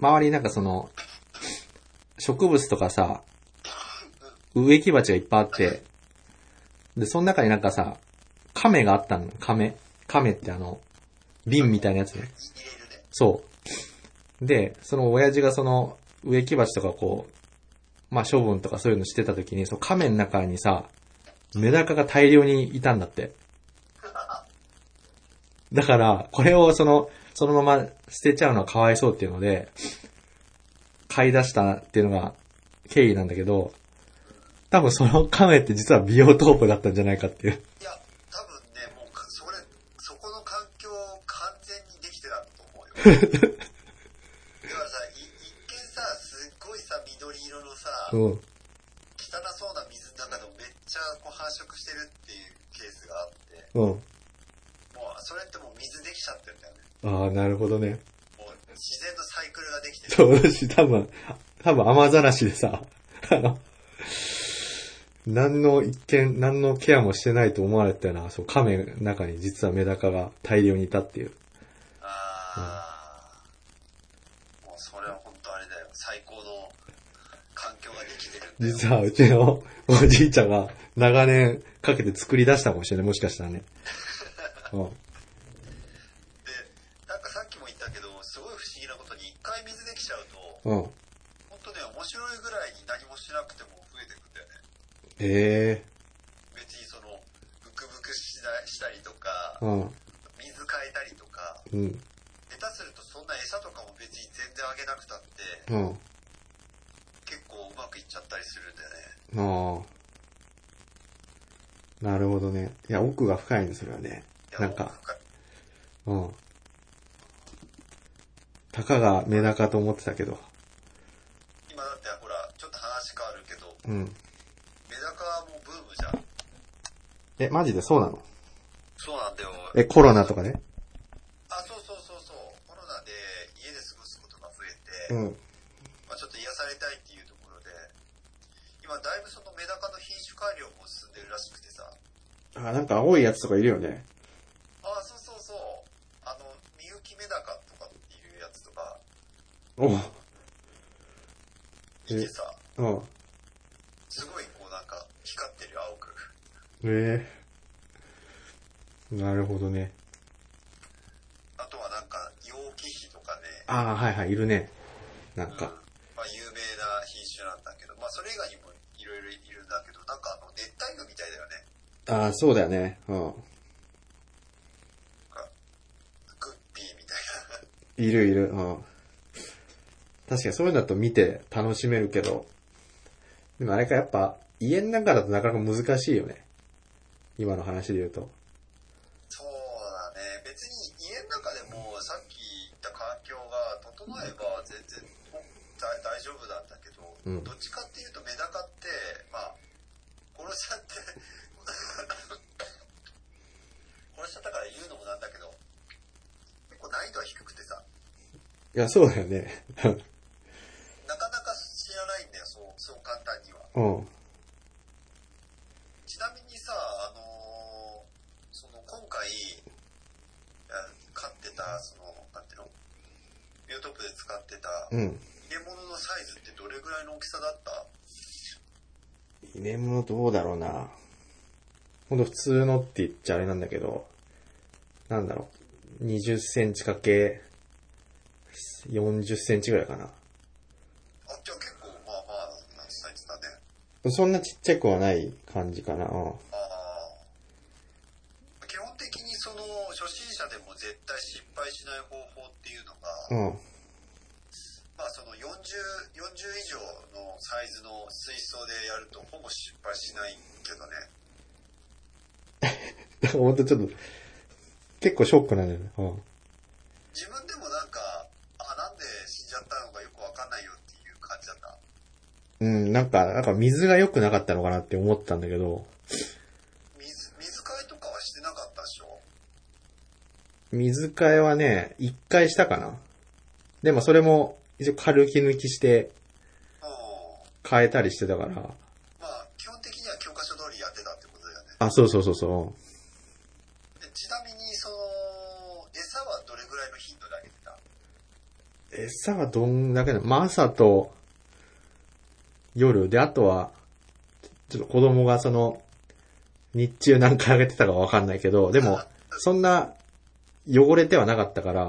A: 周りなんかその、植物とかさ、植木鉢がいっぱいあって、で、その中になんかさ、亀があったの。亀。亀ってあの、瓶みたいなやつね。
B: 入れるね
A: そう。で、その親父がその植木鉢とかこう、まあ処分とかそういうのしてた時に、その亀の中にさ、メダカが大量にいたんだって。だから、これをその、そのまま捨てちゃうのはかわいそうっていうので、買い出したっていうのが経緯なんだけど、多分その亀って実はビオトープだったんじゃないかってい
B: い
A: う。
B: や、多分ね、もうか、それ、そこの環境を完全にできてたと思うよ。だから さ、い一見さ、すっごいさ、緑色のさ、汚
A: うん。
B: そうな水の中でもめっちゃこう繁殖してるっていうケースがあって、
A: うん。
B: もう、それってもう水できちゃってるんだよね。
A: ああ、なるほどね。
B: もう、自然のサイクルができてる。
A: そうだし、多分、多分雨ざらしでさ、あの、何の一見、何のケアもしてないと思われてたよな、そう、亀の中に実はメダカが大量にいたっていう。
B: あー。もう、それは本当あれだよ。最高の環境ができてるんだよ。
A: 実はうちの おじいちゃんが長年かけて作り出したかもしれない、もしかしたらね。うん。
B: で、なんかさっきも言ったけど、すごい不思議なことに、一回水できちゃうと、
A: うん。
B: 本当ね、面白いぐらいに何もしなくても増えてくんだよね。
A: え
B: 別にその、ブクブクしないしたりとか
A: え、うん。
B: 水変えたりとか、
A: うん。
B: 下手するとそんな餌とかも別に全然あげなくたって、
A: うん。
B: 結構うまくいっちゃったりするんだよね。
A: ああ。なるほどね。いや、奥が深いんですよね。
B: いや
A: なんか。
B: 僕
A: うん。たかがメダカと思ってたけど。
B: 今だってほら、ちょっと話変わるけど、
A: うん。
B: メダカはもうブームじゃん。
A: え、マジでそうなの
B: そうなんだよ。
A: え、コロナとかね。
B: あ、そうそうそうそう。コロナで家で過ごすことが増えて、
A: うん。
B: まあ、ちょっと癒されたいっていうところで、今だいぶそのメダカの品種改良も進んでるらしくてさ、あ
A: あ、なんか青いやつとかいるよね。
B: あ、そうそうそう、あの、みゆきメダカとかっていうやつとか
A: おう。
B: いてさ、
A: うん。
B: すごいこうなんか光ってるよ青く。
A: ええなるほどね。
B: あとはなんか、楊貴妃とかね、
A: ああ、はいはい、いるね。なん
B: うん
A: か。
B: まあ有名な品種なんだけど、まあそれ以外にもいろいろいるんだけど、なんかあの熱帯魚みたいだよね。
A: ああ、そうだよね。うん。
B: なんかグッピーみたいな。
A: いるいる。うん。確かにそういうのだと見て楽しめるけど、でもあれかやっぱ家の中だとなかなか難しいよね。今の話で言うと。
B: そうだね。別に家の中でもさっき言った環境が整えば全然大大丈夫なんだけど、
A: うん
B: どっちかっていうとメダカって、まあ、殺しちゃって、 殺しちゃったから言うのもなんだけど、結構難易度は低くてさ、
A: いや、そうだよね。
B: なかなか知らないんだよ、そう、そう簡単には。
A: うん。
B: ちなみにさ、あのーその今回、いや飼ってた、その、なんていうのビオトップで使ってた
A: うん。
B: 入れ物のサイズってどれぐらいの大きさだった
A: 入れ物どうだろうな。ほんと普通のって言っちゃあれなんだけど、なんだろう。20センチかけ40センチぐらいかな。
B: あ、じゃあ結構、まあまあ、なサイズだね。
A: そんなちっちゃくはない感じかな。うん。
B: ああ。基本的にその、初心者でも絶対失敗しない方法っていうのが、
A: うん。
B: まあその40、40以上のサイズの水槽でやるとほぼ失敗しないけどね。
A: ほんとちょっと、結構ショックなんだよね。うん。
B: 自分でもなんか、あ、なんで死んじゃったのかよくわかんないよっていう感じだった。
A: うん、なんか、なんか水が良くなかったのかなって思ったんだけど、
B: 水、水替えとかはしてなかったでしょ
A: 水替えはね、一回したかな。でもそれも、一応軽気抜きして
B: うん。
A: 変えたりしてたから、
B: まあ、基本的には教科書通りやってたってことだよね。
A: あ、そうそうそうそ
B: でちなみに、その、餌はどれぐらいの頻度であげてた
A: う。餌はどんだけだ、まあ朝と夜で、あとは、ちょっと子供がその、日中何回あげてたかわかんないけど、でも、そんな汚れてはなかったから、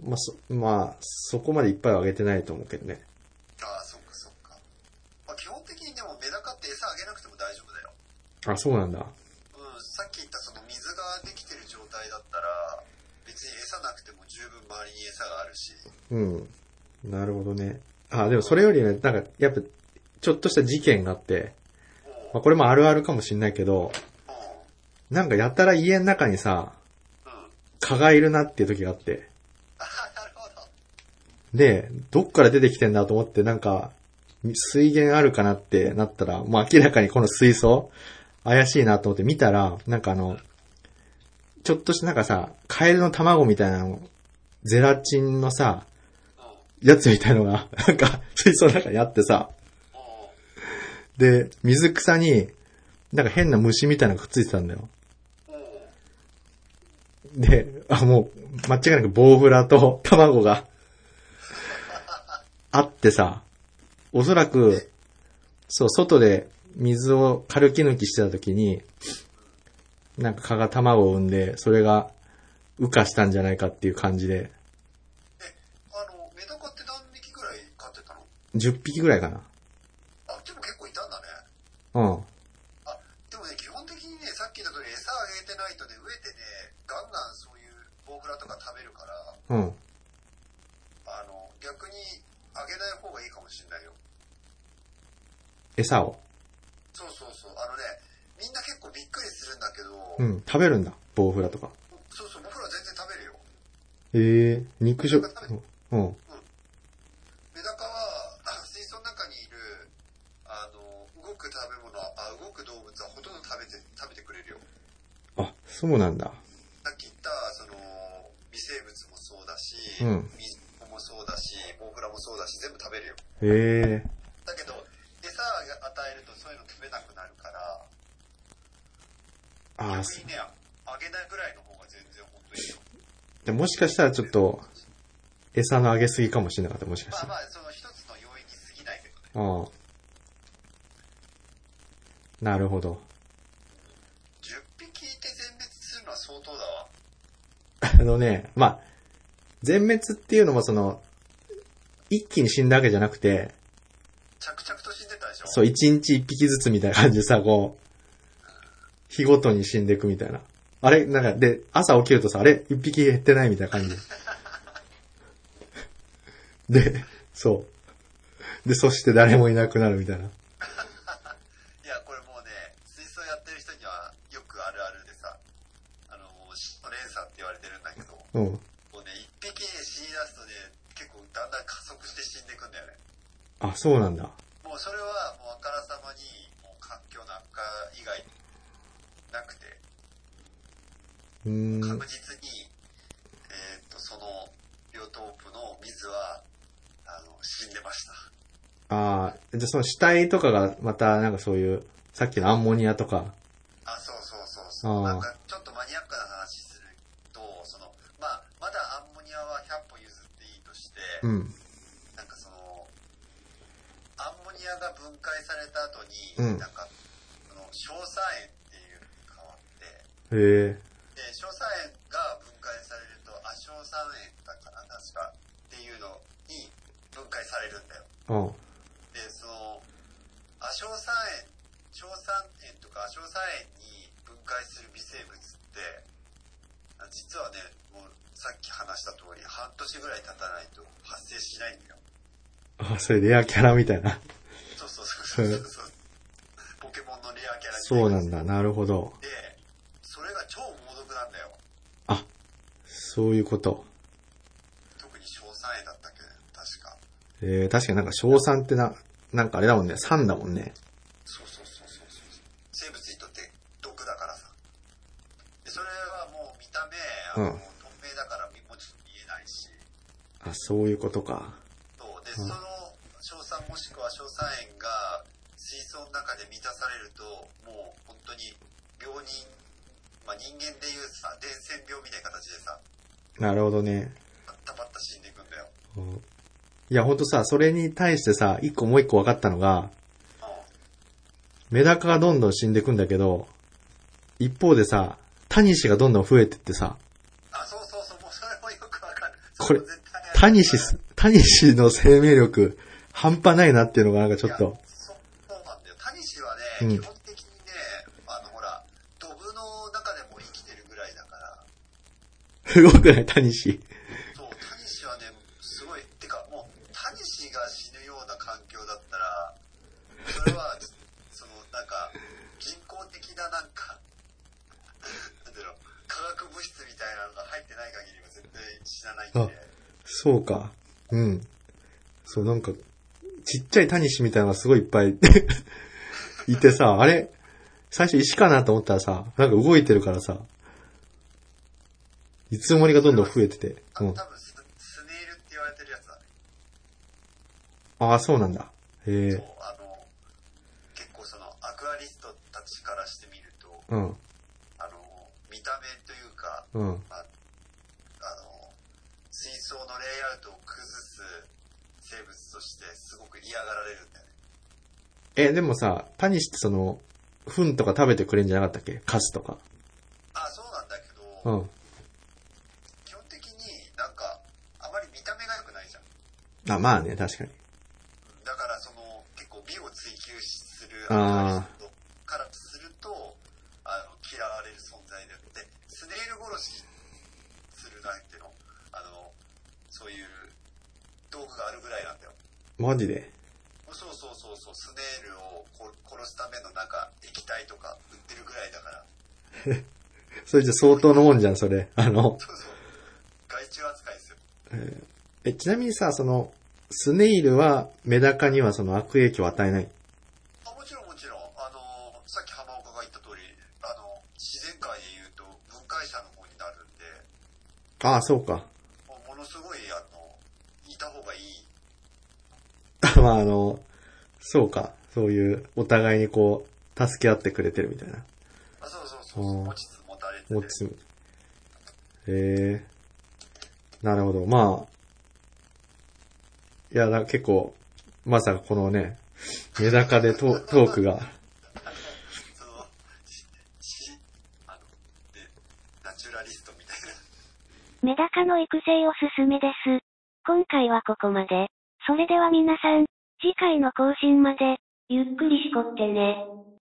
B: うん。
A: まあ、そ、まあ、そこまでいっぱいはあげてないと思うけどね。
B: ああ、そっかそっか。まあ、基本的にでもメダカって餌あげなくても大丈夫だよ。
A: あ、そうなんだ。
B: うん、さっき言ったその水ができてる状態だったら、別に餌なくても十分周りに餌があるし。
A: うん。なるほどね。あ、でもそれよりね、なんか、やっぱ、ちょっとした事件があって、ま
B: も
A: あ、これもあるあるかもしんないけど、
B: う、うん。
A: なんかやたら家の中にさ、
B: うん。
A: 蚊がいるなっていう時があって、
B: あー なるほど。
A: で、どっから出てきてんだと思って、なんか、水源あるかなってなったら、もう明らかにこの水槽、怪しいなと思って見たら、なんかあの、ちょっとしたなんかさ、カエルの卵みたいなの、ゼラチンのさ、
B: うん。
A: やつみたいのが、なんか、水槽の中にあってさ、
B: うん。
A: で、水草に、なんか変な虫みたいなのがくっついてたんだよ。
B: うん。
A: で、あ、もう、間違いなく棒フラと卵が、あってさ、おそらく、そう、外で水を軽き抜きしてた時に、なんか蚊が卵を産んで、それが、羽化したんじゃないかっていう感じで、
B: あの、メダカって何匹ぐらい飼ってたの
A: 10匹ぐらいかな。
B: あ、でも結構いたんだね。
A: うん。
B: あ、でもね、基本的にね、さっき言った通り餌あげてないとね、飢えてね、ガンガンそういうボウフラとか食べるから、
A: うん。
B: あの、逆にあげない方がいいかもしれないよ。
A: 餌を。
B: そうそうそう。あのね、みんな結構びっくりするんだけど、
A: うん。食べるんだ。棒フラとか。
B: そうそう、ボウフラ全然食べるよ。
A: ええー、肉食。うん。
B: メダカは、あ水槽の中にいる、あの、動く食べ物は、あ、動く動物はほとんど食べて、食べてくれるよ。
A: あ、そうなんだ。
B: さっき言った、その、微生物もそうだし、
A: うん
B: 水もそうだし、ボウフラもそうだし、全部食べるよ。
A: ええ
B: だけど、餌が与えるとそういうの食べなくなるから、
A: ああ、
B: 逆にね、あげないぐらいの方が全然本当にいいよ。
A: でもしかしたらちょっと、餌のあげすぎかもしれなかった、もしかし
B: まあ
A: た
B: ま
A: ら。
B: あ、その一つの要因に過ぎないけどね。
A: うん。なるほど。
B: 10匹いて全滅するのは相当だわ。
A: あのね、まあ、全滅っていうのもその、一気に死んだわけじゃなくて、
B: 着々と死んでたでしょ
A: そう、一日一匹ずつみたいな感じでさ、こう、日ごとに死んでいくみたいな。あれなんか、で、朝起きるとさ、あれ一匹減ってないみたいな感じ。 で、そう。で、そして誰もいなくなるみたいな。
B: いや、これもうね、水槽やってる人にはよくあるあるでさ、あの、もう、シの連鎖って言われてるんだけど、も
A: うん。
B: うね、一匹死に出すとね、結構だんだん加速して死んでいくんだよね。
A: あ、そうなんだ。
B: もうそれは、もうあからさまに、もう環境の悪化以外、なくて、
A: うーん
B: 確。実に、えーっと、その、ビオトープの水は、あの、死んでました。
A: ああ、じゃあその死体とかがまたなんかそういう、さっきのアンモニアとか。
B: あ、そうそうそう
A: あ
B: そう。
A: ー
B: なんかちょっとマニアックな話すると、その、まあ、まだアンモニアは100歩譲っていいとして、
A: うん。
B: なんかその、アンモニアが分解された後に、
A: うん
B: なんか、その、硝酸塩っていうのが変わって、
A: へえ。
B: で、硝酸塩が分解されると、亜硝酸塩だから確かっていうのに分解されるんだよ。
A: うん。
B: で、その、亜硝酸塩、硝酸塩とか亜硝酸塩に分解する微生物って、あ実はね、もうさっき話した通り、半年ぐらい経たないと発生しないんだよ。
A: あ、それレアキャラみたいな。
B: そうそうそうそうそう。ポケモンのレアキャラ
A: そうなん
B: だ。
A: だ。なるほど。
B: で、それが超猛毒なんだよ。
A: あ、そういうこと。
B: 特に硝酸塩だったっけど、確か。
A: えー、確かになんか賞賛ってな、なんかあれだもんね、酸だもんね。
B: そうそうそうそうそう生物にとって毒だからさでそれはもう見た目あの、
A: うん
B: 透明だから見もちろん見えないし
A: あ、そういうことか。
B: そうで、
A: うん
B: その硝酸もしくは硝酸塩が水槽の中で満たされるともう本当に病人、まあ、人間でいうさ伝染病みたいな形でさ
A: なるほどね。
B: バッタバッタ死んでいくんだよ
A: うんいや、ほんとさ、それに対してさ、一個もう一個分かったのが、
B: うん
A: メダカがどんどん死んでくんだけど、一方でさ、タニシがどんどん増えてってさ、
B: あそうそうそうもうそれもよくわかる
A: これ
B: そも絶対
A: タニシす、タニシの生命力、半端ないなっていうのがなんかちょっ
B: い
A: と
B: や、そそうなんだよ。タニシはね、
A: うん
B: 基本的にね、あのほら、ドブの中でも生きてるぐらいだから、
A: すごくないタニシ。
B: そう、タニシはね、すごい、てかもう、タニシが死ぬような環境だったら、それは、 その、なんか、人工的ななんか、なんだろう、化学物質みたいなのが入ってない限りは絶対死なないんで、
A: あそうか。うん。そう、なんか、ちっちゃいタニシみたいなのがすごいいっぱい、 いてさ、あれ、最初石かなと思ったらさ、なんか動いてるからさ、いつの間にかどんどん増えてて。
B: あ
A: う
B: の
A: ん。
B: 多分ス、スネイルって言われてるやつだね。
A: ああ、そうなんだ。へ
B: そう
A: え。、
B: あの、結構その、アクアリストたちからしてみると、
A: うん。
B: あの、見た目というか、
A: うん。
B: まあ、あの、水槽のレイアウトを崩す生物としてすごく嫌がられるんだよね。
A: え、でもさ、タニシってその、糞とか食べてくれんじゃなかったっけカスとか。
B: あ、そうなんだけど、
A: うん。
B: 基本的になんか、あまり見た目が良くないじゃん。
A: あ、まあね、確かに。
B: だからその、結構美を追求するア
A: あ
B: クアリストからすると、あの、嫌われる存在だよで、スネイル殺しするなんていうの、あの、そういう道具があるぐらいなんだよ。
A: マジで。
B: そうそうそうそう、スネールをこ殺すためのなんか液体とか売ってるぐらいだから、
A: それじゃ相当のもんじゃん、それ。あの、
B: そうそう、害虫扱いですよ。
A: え、ちなみにさ、その、スネイルはメダカにはその悪影響を与えない。
B: あもちろんもちろん、あのーさっき浜岡が言った通り、あの、自然界で言うと分解者の方になるんで、
A: ああ、そうか。
B: もうものすごい、あの、いた方がいい。
A: まあ、あの、そうか。そういう、お互いにこう、助け合ってくれてるみたいな。
B: あそうそうそうそう
A: う、ん
B: 持ちつ持たれてて。
A: 持ち、ええなるほど。まあ、いや、な結構、まさかこのね、メダカでトートークが、
B: その、し、し、あの、で、ナチュラリストみたいな。
C: メダカの育成おすすめです。今回はここまで。それでは皆さん、次回の更新まで、ゆっくりしこってね。